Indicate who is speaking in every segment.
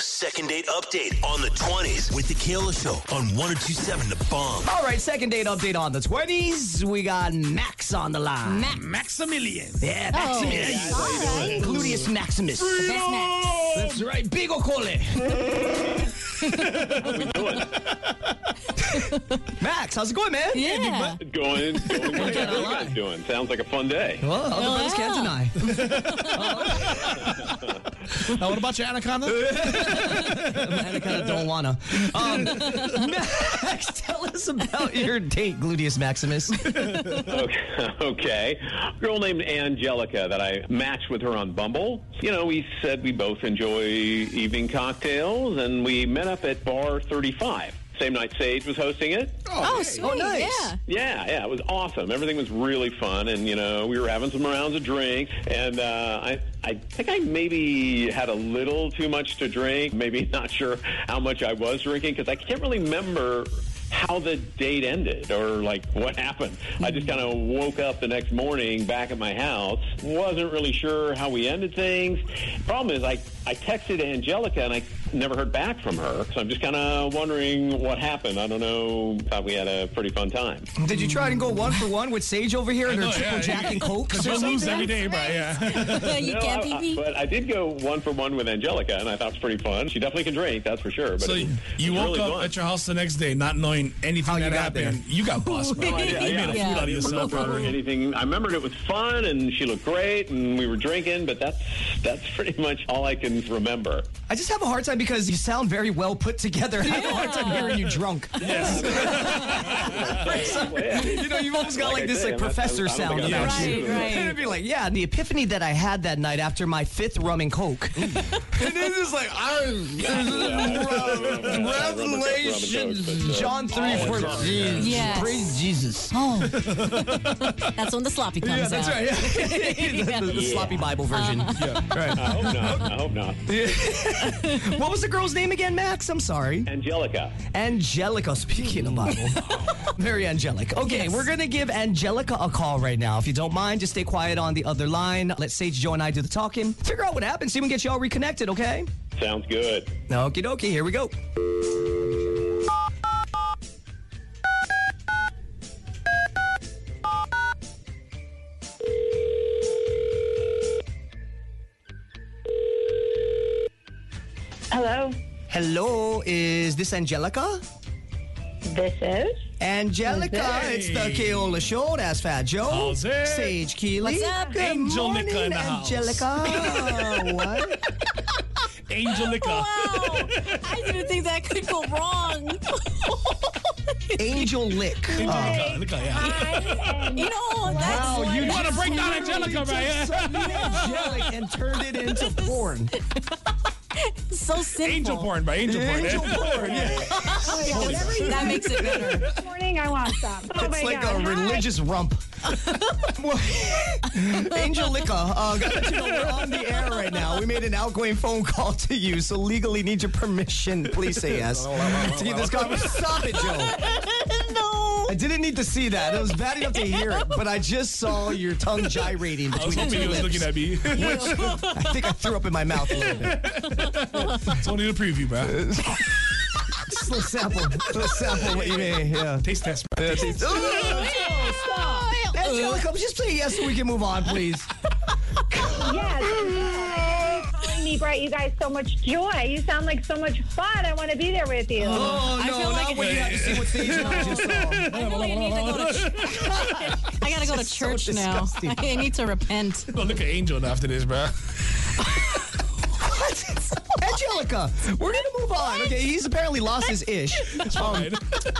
Speaker 1: second date update on the 20s with the Kayla Show on 1027 The Bomb.
Speaker 2: All right, second date update on the 20s. We got Max on the line.
Speaker 3: Max.
Speaker 4: Maximilian.
Speaker 2: Yeah,
Speaker 3: Oh,
Speaker 2: Maximus.
Speaker 3: all right.
Speaker 2: Gluteus Maximus.
Speaker 3: Best Max.
Speaker 2: That's right. Big Okole. Max, how's it going, man?
Speaker 3: Yeah.
Speaker 5: Going, going, good. How you guys doing? Sounds like a fun day.
Speaker 2: Well, other
Speaker 3: Well,
Speaker 2: brothers can't
Speaker 3: yeah.
Speaker 2: deny.
Speaker 4: Now, what about your anaconda?
Speaker 2: I kind of don't wanna. Um, Max, tell us about your date, Gluteus Maximus.
Speaker 5: Okay. okay. Girl named Angelica that I matched with her on Bumble. You know, we said we both enjoy evening cocktails, and we met up at Bar 35. Same night Sage was hosting it.
Speaker 3: Oh, sweet.
Speaker 2: nice.
Speaker 3: Yeah.
Speaker 5: Yeah, yeah, it was awesome. Everything was really fun, and you know, we were having some rounds of drinks, and uh, I, I think I maybe had a little too much to drink. Maybe not sure how much I was drinking because I can't really remember how the date ended or like what happened. I just kind of woke up the next morning back at my house, wasn't really sure how we ended things. Problem is, I I texted Angelica and I never heard back from her, so I'm just kind of wondering what happened. I don't know. Thought we had a pretty fun time.
Speaker 2: Did you try and go one for one with Sage over here and her triple jack and coke?
Speaker 4: Because you lose every day, bro. Yeah.
Speaker 3: you
Speaker 5: No,
Speaker 3: can't
Speaker 5: I- I-
Speaker 3: beat me.
Speaker 5: but I did go one for one with Angelica, and I thought it was pretty fun. She definitely can drink, that's for sure. But
Speaker 4: So
Speaker 5: it,
Speaker 4: you,
Speaker 5: was- it was
Speaker 4: woke
Speaker 5: really
Speaker 4: up
Speaker 5: fun.
Speaker 4: at your house the next day not knowing anything
Speaker 2: How you
Speaker 4: that
Speaker 2: got
Speaker 4: happened. You got bossed, bro.
Speaker 3: No
Speaker 4: you
Speaker 3: idea,
Speaker 4: made a
Speaker 3: Oh, yeah.
Speaker 4: fool out of
Speaker 5: I didn't
Speaker 4: yourself,
Speaker 5: remember
Speaker 4: bro.
Speaker 5: anything. I remembered it was fun, and she looked great, and we were drinking. But that's that's pretty much all I can remember.
Speaker 2: I just have a hard time because you sound very well put together. I have a hard time hearing you drunk. you know, you've almost got
Speaker 5: Like
Speaker 2: like
Speaker 5: I
Speaker 2: this
Speaker 5: say,
Speaker 2: like
Speaker 5: I'm not-
Speaker 2: professor
Speaker 5: I don't
Speaker 2: sound
Speaker 5: think
Speaker 4: I'm
Speaker 2: about
Speaker 4: that
Speaker 2: you.
Speaker 3: Right, right.
Speaker 2: And it'd be like, yeah, the epiphany that I had that night after my fifth rum and coke. and it's just like,
Speaker 5: Yeah,
Speaker 2: Revelations,
Speaker 4: uh,
Speaker 5: uh,
Speaker 2: John three
Speaker 4: Oh,
Speaker 2: fourteen.
Speaker 3: Yes.
Speaker 2: Praise Jesus.
Speaker 3: Oh. That's when the sloppy comes
Speaker 2: Yeah, that's
Speaker 3: out.
Speaker 2: right. Yeah. the, the sloppy Bible version.
Speaker 3: Um,
Speaker 5: I hope not. I hope not.
Speaker 2: What was the girl's name again, Max? I'm sorry.
Speaker 5: Angelica.
Speaker 2: Angelica. Speaking of Bible, very angelic. Okay, we're gonna give Angelica a call right now. If you don't mind, just stay quiet on the other line. Let Sage, Joe, and I do the talking. Figure out what happened. See if we can get you all reconnected. Okay.
Speaker 5: Sounds good.
Speaker 2: Okie dokie. Here we go.
Speaker 6: Hello,
Speaker 2: Hello, is this Angelica?
Speaker 6: this is.
Speaker 2: Angelica,
Speaker 4: Hey.
Speaker 2: it's the Keola Show. That's Fat Joe.
Speaker 4: How's it?
Speaker 2: Sage Keeley.
Speaker 3: What's up?
Speaker 2: Good
Speaker 4: Angel
Speaker 2: morning,
Speaker 4: Nicka in the house.
Speaker 2: Angelica. what?
Speaker 4: Angelica.
Speaker 3: Wow. I didn't think that could go wrong.
Speaker 2: Angel Oh. Lick.
Speaker 4: Angelica. Look at yeah.
Speaker 3: you know, that's
Speaker 2: Wow, you
Speaker 3: like-
Speaker 4: want to break down Angelica right here?
Speaker 2: Angelic and turned it into porn.
Speaker 3: so simple. Oh,
Speaker 4: Angel porn, bro. Angel porn.
Speaker 2: Angel porn. Yeah.
Speaker 3: That makes it better.
Speaker 6: This morning, I want some. Oh
Speaker 2: It's
Speaker 6: my
Speaker 2: like
Speaker 6: God.
Speaker 2: a religious rump. Well, Angelica, uh, gotta let you know we're on the air right now. We made an outgoing phone call to you, so legally need your permission. Please say yes to keep this conversation. Stop it, Joe.
Speaker 3: no.
Speaker 2: I didn't need to see that. It was bad enough to hear it, but I just saw your tongue gyrating
Speaker 4: I was
Speaker 2: between
Speaker 4: hoping
Speaker 2: your
Speaker 4: he was
Speaker 2: lips.
Speaker 4: looking at me.
Speaker 2: I think I threw up in my mouth a little bit.
Speaker 4: it's only the preview,
Speaker 2: Uh,
Speaker 4: bro.
Speaker 2: Just a little sample. A little sample what you mean. Yeah.
Speaker 4: Taste test, bro.
Speaker 2: Angelica, just say yes so we can move on, please.
Speaker 6: Yes. Thank you for calling me brought you guys so much joy. You sound like so much fun. I want to be there with you.
Speaker 2: Oh,
Speaker 3: I
Speaker 2: no,
Speaker 3: feel
Speaker 2: not
Speaker 3: like it-
Speaker 2: when you have to see what stage I just saw.
Speaker 3: I feel like I need to go to ch- I gotta go to
Speaker 2: It's so
Speaker 3: church now.
Speaker 2: disgusting.
Speaker 3: I need to repent.
Speaker 4: Don't look at Angel after this, bro.
Speaker 2: Angelica, we're going to move on. Okay, he's apparently lost his ish. Um,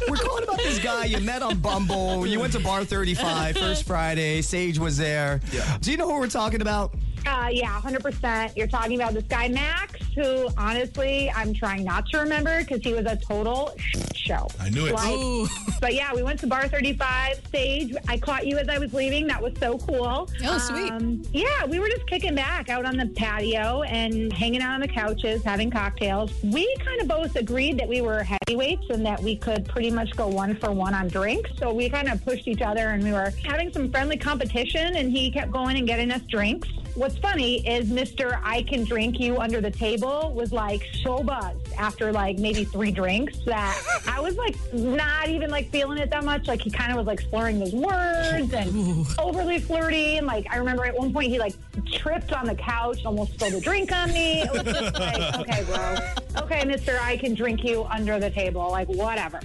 Speaker 2: we're calling about this guy you met on Bumble. You went to Bar 35 first Friday. Sage was there.
Speaker 4: Yeah.
Speaker 2: Do you know who we're talking about?
Speaker 6: Uh, yeah, 100%. You're talking about this guy, Max, who honestly, I'm trying not to remember because he was a total shit show.
Speaker 4: I knew it.
Speaker 6: Like,
Speaker 3: Ooh.
Speaker 6: But yeah, we went to Bar 35 stage. I caught you as I was leaving. That was so cool.
Speaker 3: Oh, sweet.
Speaker 6: Um, yeah, we were just kicking back out on the patio and hanging out on the couches, having cocktails. We kind of both agreed that we were heavyweights and that we could pretty much go one for one on drinks. So we kind of pushed each other and we were having some friendly competition, and he kept going and getting us drinks. what's funny is Mr. I Can Drink You Under the Table was like so buzzed after like maybe three drinks that I was like not even like feeling it that much. Like he kind of was like slurring his words and overly flirty. And like I remember at one point he like tripped on the couch and almost spilled a drink on me. It was just like, okay, bro. Okay, Mr. I Can Drink You Under the Table. Like, whatever.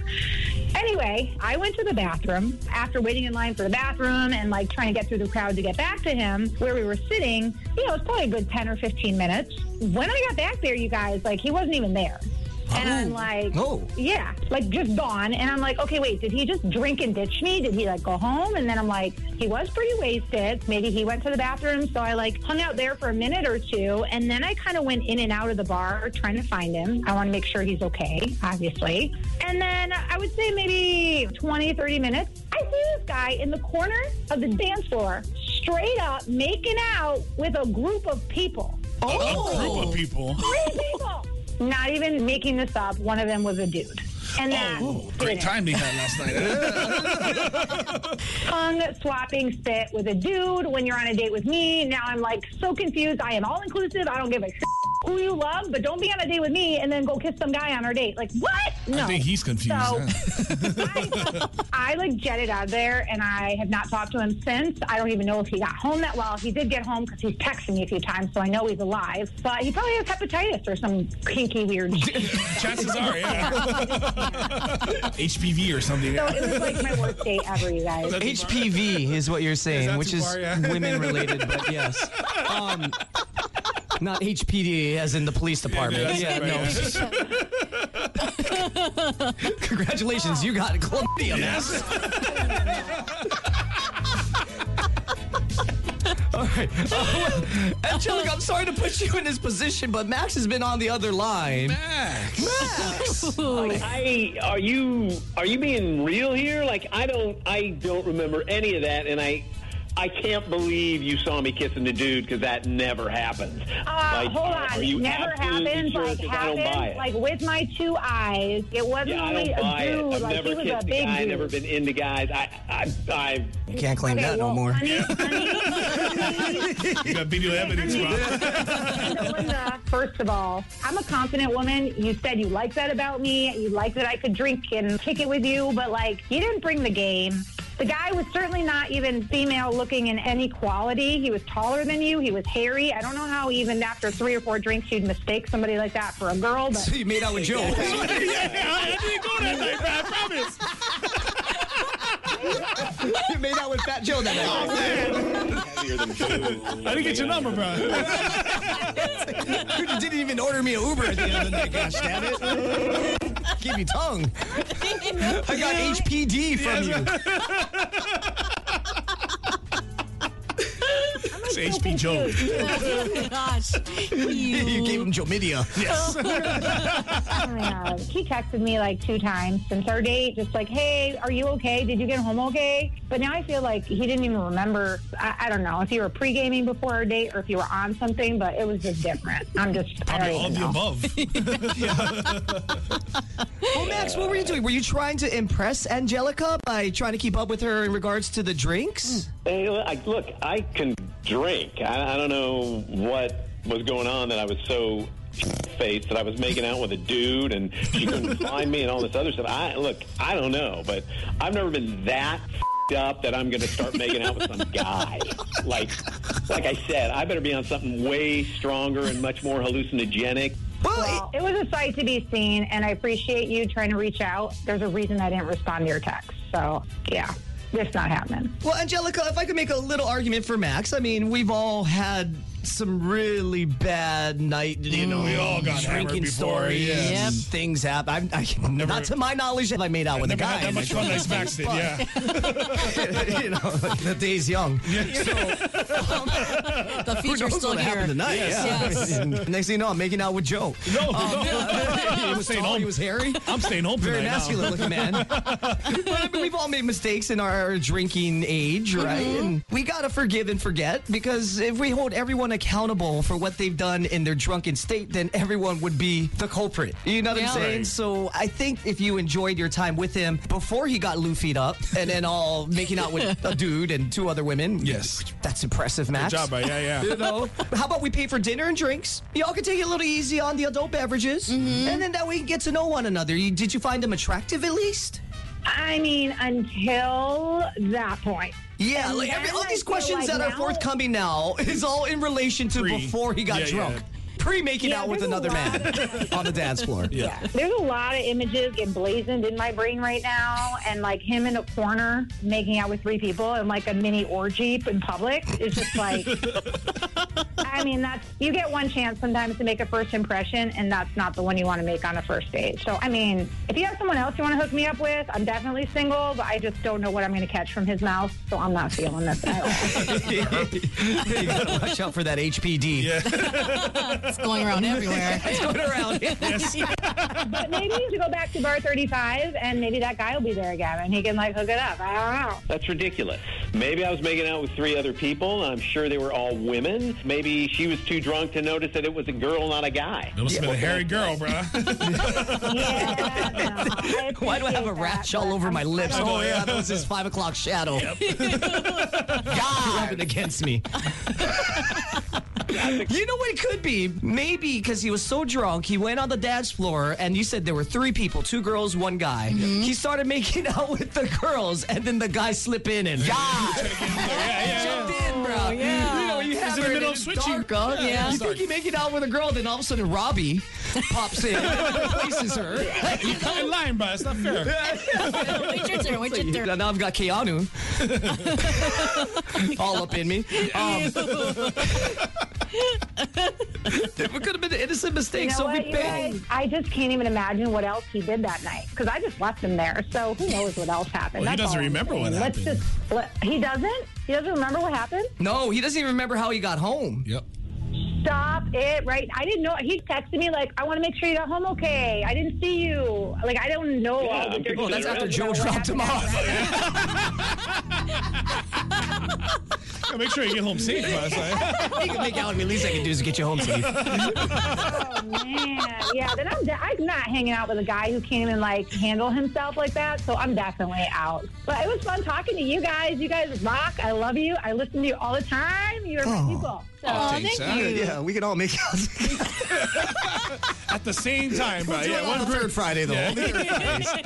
Speaker 6: Anyway, I went to the bathroom after waiting in line for the bathroom and like trying to get through the crowd to get back to him where we were sitting. You know, it was probably a good 10 or 15 minutes. When I got back there, you guys, like he wasn't even there. And I'm like,
Speaker 2: Oh.
Speaker 6: yeah, like just gone. And I'm like, okay, wait, did he just drink and ditch me? Did he like go home? And then I'm like, he was pretty wasted. Maybe he went to the bathroom. So I like hung out there for a minute or two. And then I kind of went in and out of the bar trying to find him. I want to make sure he's okay, obviously. And then I would say maybe 20, 30 minutes. I see this guy in the corner of the dance floor, straight up making out with a group of people.
Speaker 2: oh.
Speaker 4: A group of people.
Speaker 6: Three people. Not even making this up. One of them was a dude. And that
Speaker 4: Oh, great time they had last night.
Speaker 6: tongue swapping spit with a dude when you're on a date with me. Now I'm like so confused. I am all inclusive. I don't give a who you love, but don't be on a date with me and then go kiss some guy on our date. Like what? No.
Speaker 4: I think he's confused.
Speaker 6: So-
Speaker 4: huh?
Speaker 6: I, I like jetted out of there, and I have not talked to him since. I don't even know if he got home that well. He did get home because he's texted me a few times, so I know he's alive. But he probably has hepatitis or some kinky weird. shit.
Speaker 4: Chances are, yeah. HPV or something.
Speaker 6: so it was like my worst date ever, you guys.
Speaker 2: HPV is what you're saying,
Speaker 4: that
Speaker 2: which
Speaker 4: too
Speaker 2: is
Speaker 4: far? Yeah.
Speaker 2: women related, but yes. Um, not HPD as in the police department.
Speaker 4: that's
Speaker 2: Yeah,
Speaker 4: right,
Speaker 2: no. Congratulations, you got chlamydia. man.
Speaker 4: Yes.
Speaker 2: All right. Uh, Angelica, I'm sorry to put you in this position, but Max has been on the other line.
Speaker 4: Max.
Speaker 3: Oh,
Speaker 5: I are you are you being real here? Like I don't I don't remember any of that, and I I can't believe you saw me kissing the dude because that never happens.
Speaker 6: Uh, hold on.
Speaker 5: Are you
Speaker 6: It never
Speaker 5: absolutely
Speaker 6: happens.
Speaker 5: sure?
Speaker 6: like
Speaker 5: 'Cause I don't buy
Speaker 6: happens.
Speaker 5: it.
Speaker 6: Like with my two eyes. It wasn't
Speaker 5: yeah, I
Speaker 6: only
Speaker 5: don't buy
Speaker 6: a dude.
Speaker 5: it. I've
Speaker 6: like
Speaker 5: never
Speaker 6: he was
Speaker 5: kissed
Speaker 6: a
Speaker 5: a
Speaker 6: big
Speaker 5: guy. I've
Speaker 6: dude.
Speaker 5: never been into guys. I I I
Speaker 2: Can't claim
Speaker 6: Okay,
Speaker 2: that no
Speaker 6: well,
Speaker 2: more.
Speaker 6: Honey, honey, please.
Speaker 4: You got video evidence, Rob.
Speaker 6: Linda, first of all, I'm a confident woman. You said you liked that about me. You liked that I could drink and kick it with you, but like, you didn't bring the game. The guy was certainly not even female looking in any quality. He was taller than you. He was hairy. I don't know how even after three or four drinks you'd mistake somebody like that for a girl, but
Speaker 2: So you made out with Joe.
Speaker 4: yeah, I didn't go that night, man. I promise.
Speaker 2: you made out with Fat Joe that night.
Speaker 5: heavier than two.
Speaker 4: I didn't get your number, bro.
Speaker 2: You didn't even order me an Uber at the end of the night. Gosh damn it. Give you tongue. I got HPD from you.
Speaker 4: It's HP Joe.
Speaker 3: Gosh.
Speaker 2: you gave him Jomidia. Yes.
Speaker 6: Uh, he texted me like two times since our date, just like, hey, are you okay? Did you get home okay? But now I feel like he didn't even remember. I, I don't know if you were pre gaming before our date or if you were on something, but it was just different. I'm just, I
Speaker 4: Probably
Speaker 6: don't
Speaker 4: all of
Speaker 6: even
Speaker 4: the
Speaker 6: know.
Speaker 4: above.
Speaker 2: Well, Oh, Max, what were you doing? Were you trying to impress Angelica by trying to keep up with her in regards to the drinks?
Speaker 5: Hey, look, I, look, I can drink. I, I don't know what was going on that I was so faced that I was making out with a dude and she couldn't find me and all this other stuff. I look, I don't know, but I've never been that fed up that I'm going to start making out with some guy. Like, like I said, I better be on something way stronger and much more hallucinogenic.
Speaker 2: Well,
Speaker 6: Well, it was a sight to be seen, and I appreciate you trying to reach out. There's a reason I didn't respond to your text. So, yeah, it's not happening.
Speaker 2: Well, Angelica, if I could make a little argument for Max, I mean, we've all had some really bad night, you know,
Speaker 4: we all got hammered
Speaker 2: drinking
Speaker 4: before,
Speaker 2: stories,
Speaker 4: yeah.
Speaker 2: things happen. I, I, not to my knowledge have I made out with a
Speaker 4: Never
Speaker 2: guy.
Speaker 4: had that much fun as Max did, yeah.
Speaker 2: you know, the day's young.
Speaker 3: The
Speaker 2: Who
Speaker 3: future's
Speaker 2: knows
Speaker 3: still
Speaker 2: what
Speaker 3: here.
Speaker 2: happened tonight?
Speaker 3: Yes.
Speaker 2: Yeah. Next thing you know, I'm making out with Joe.
Speaker 4: No, no.
Speaker 2: he
Speaker 4: I'm
Speaker 2: was
Speaker 4: staying
Speaker 2: tall,
Speaker 3: Um,
Speaker 4: home.
Speaker 2: he was hairy.
Speaker 4: I'm staying home
Speaker 2: Very
Speaker 4: tonight now.
Speaker 2: masculine looking man. but I mean, we've all made mistakes in our drinking age, right?
Speaker 4: Mm-hmm.
Speaker 2: And we got to forgive and forget because if we hold everyone accountable for what they've done in their drunken state, then everyone would be the culprit. You know what
Speaker 3: Yeah.
Speaker 2: I'm saying?
Speaker 4: Right.
Speaker 2: So I think if you enjoyed your time with him before he got loofied up and then all making out with a dude and two other women,
Speaker 4: Yes.
Speaker 2: that's impressive. impressive, Max.
Speaker 4: job, Mike. Yeah, yeah.
Speaker 2: You know, how about we pay for dinner and drinks? Y'all can take it a little easy on the adult beverages, and then that way you can get to know one another. You, did you find them attractive at least?
Speaker 6: I mean, until that point.
Speaker 2: Yeah,
Speaker 6: And
Speaker 2: like every,
Speaker 6: then
Speaker 2: all
Speaker 6: I
Speaker 2: these
Speaker 6: feel
Speaker 2: questions
Speaker 6: like
Speaker 2: that are
Speaker 6: now-
Speaker 2: forthcoming now is all in relation to
Speaker 4: Pre.
Speaker 2: before he got
Speaker 4: Yeah,
Speaker 2: drunk.
Speaker 4: yeah.
Speaker 2: Pre making
Speaker 6: Yeah,
Speaker 2: out with
Speaker 6: there's a
Speaker 2: another
Speaker 6: lot
Speaker 2: man on the dance floor.
Speaker 4: Yeah.
Speaker 6: There's a lot of images emblazoned in my brain right now, and like him in a corner making out with three people and like a mini orgy in public is just like. I mean, that's you get one chance sometimes to make a first impression, and that's not the one you want to make on a first date. So, I mean, if you have someone else you want to hook me up with, I'm definitely single, but I just don't know what I'm going to catch from his mouth, so I'm not feeling this. at all.
Speaker 2: you gotta watch out for that HPD.
Speaker 4: Yeah.
Speaker 3: It's going around everywhere.
Speaker 2: It's going around. Yes.
Speaker 6: but maybe you should go back to bar 35, and maybe that guy will be there again, and he can like hook it up. I don't know.
Speaker 5: That's ridiculous. Maybe I was making out with three other people. I'm sure they were all women. Maybe she was too drunk to notice that it was a girl, not a guy.
Speaker 4: It must have been a hairy girl, bro.
Speaker 6: Yeah, no, I
Speaker 2: Why do I have a
Speaker 6: appreciate
Speaker 2: rash
Speaker 6: that,
Speaker 2: all
Speaker 6: but
Speaker 2: over
Speaker 6: I'm
Speaker 2: my lips?
Speaker 6: kinda-
Speaker 2: Oh, yeah, that was his five o'clock shadow. God, rubbing against me. you know what it could be? Maybe because he was so drunk, he went on the dance floor, and you said there were three people two girls, one guy.
Speaker 6: Mm-hmm.
Speaker 2: He started making out with the girls, and then the guy slip in and. God!
Speaker 4: yeah, yeah,
Speaker 2: Jumped in, bro.
Speaker 6: Oh,
Speaker 3: yeah.
Speaker 2: You know, you have
Speaker 4: in
Speaker 2: her and
Speaker 4: the middle
Speaker 2: it's
Speaker 4: of switching.
Speaker 2: Dark, huh?
Speaker 3: Yeah.
Speaker 2: You think you make it out with a girl, then all of a sudden Robbie pops in and replaces her.
Speaker 4: yeah. You caught in line, bro. It's not fair.
Speaker 3: Wait your turn. Wait your turn.
Speaker 2: Now I've got Keanu all up in me. Um, it could have been an innocent mistake.
Speaker 6: You know
Speaker 2: so
Speaker 6: what,
Speaker 2: we
Speaker 6: you guys?
Speaker 2: bang.
Speaker 6: I just can't even imagine what else he did that night because I just left him there. So who knows what else happened?
Speaker 4: Well, he
Speaker 6: That's
Speaker 4: doesn't
Speaker 6: all I'm
Speaker 4: remember
Speaker 6: saying.
Speaker 4: what
Speaker 6: Let's
Speaker 4: happened.
Speaker 6: just let, he doesn't. He doesn't remember what happened.
Speaker 2: No, he doesn't even remember how he got home.
Speaker 4: Yep.
Speaker 6: Stop it! Right? I didn't know. He texted me like, "I want to make sure you got home okay. I didn't see you. Like, I don't know."
Speaker 5: Yeah,
Speaker 6: all the
Speaker 5: I'm confused.
Speaker 6: different
Speaker 2: Well, that's
Speaker 5: Yeah,
Speaker 2: after
Speaker 5: that's
Speaker 2: Joe
Speaker 6: about what
Speaker 2: dropped him
Speaker 6: happened
Speaker 2: off.
Speaker 4: Yeah, make sure you get home safe, bro. It's like-
Speaker 2: He can make out with me. Least I can do is get you home safe.
Speaker 6: Oh, man, yeah. Then I'm, de- I'm not hanging out with a guy who can't even like handle himself like that. So I'm definitely out. But it was fun talking to you guys. You guys rock. I love you. I listen to you all the time. You're my people. So
Speaker 3: Oh,
Speaker 4: Thanks,
Speaker 3: thank
Speaker 4: Adam.
Speaker 3: you.
Speaker 2: Yeah, we can all make out.
Speaker 4: At the same time, bro.
Speaker 2: Do it
Speaker 4: Yeah,
Speaker 2: on
Speaker 4: one
Speaker 2: the
Speaker 4: group.
Speaker 2: Oh, third Friday though.
Speaker 4: Yeah.
Speaker 2: Only third Fridays.